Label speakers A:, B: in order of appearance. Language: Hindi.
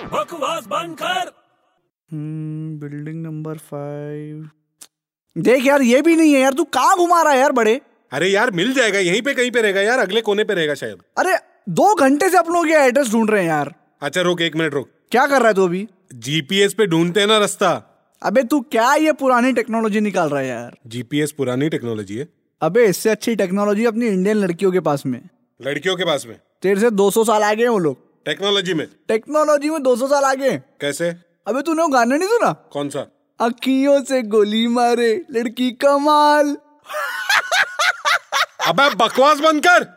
A: आवाज बंद कर
B: हम्म, बिल्डिंग नंबर फाइव देख यार ये भी नहीं है यार तू कहाँ घुमा रहा है यार बड़े
C: अरे यार मिल जाएगा यहीं पे कहीं पे रहेगा यार अगले कोने पे रहेगा शायद
B: अरे दो घंटे से अपन लोग ये एड्रेस ढूंढ रहे हैं यार
C: अच्छा रुक एक मिनट रुक
B: क्या कर रहा है तू अभी
C: जीपीएस पे ढूंढते हैं ना रास्ता
B: अबे तू क्या ये पुरानी टेक्नोलॉजी निकाल रहा है यार
C: जीपीएस पुरानी टेक्नोलॉजी है
B: अबे इससे अच्छी टेक्नोलॉजी अपनी इंडियन लड़कियों के पास में है।
C: लड़कियों के पास में
B: तेरे से 200 साल आगे हैं वो लोग
C: टेक्नोलॉजी में
B: टेक्नोलॉजी में 200 साल आगे हैं।
C: कैसे
B: अबे तूने वो गाना नहीं सुना
C: कौन सा
B: अखियों से गोली मारे लड़की कमाल
C: अब बकवास बंद कर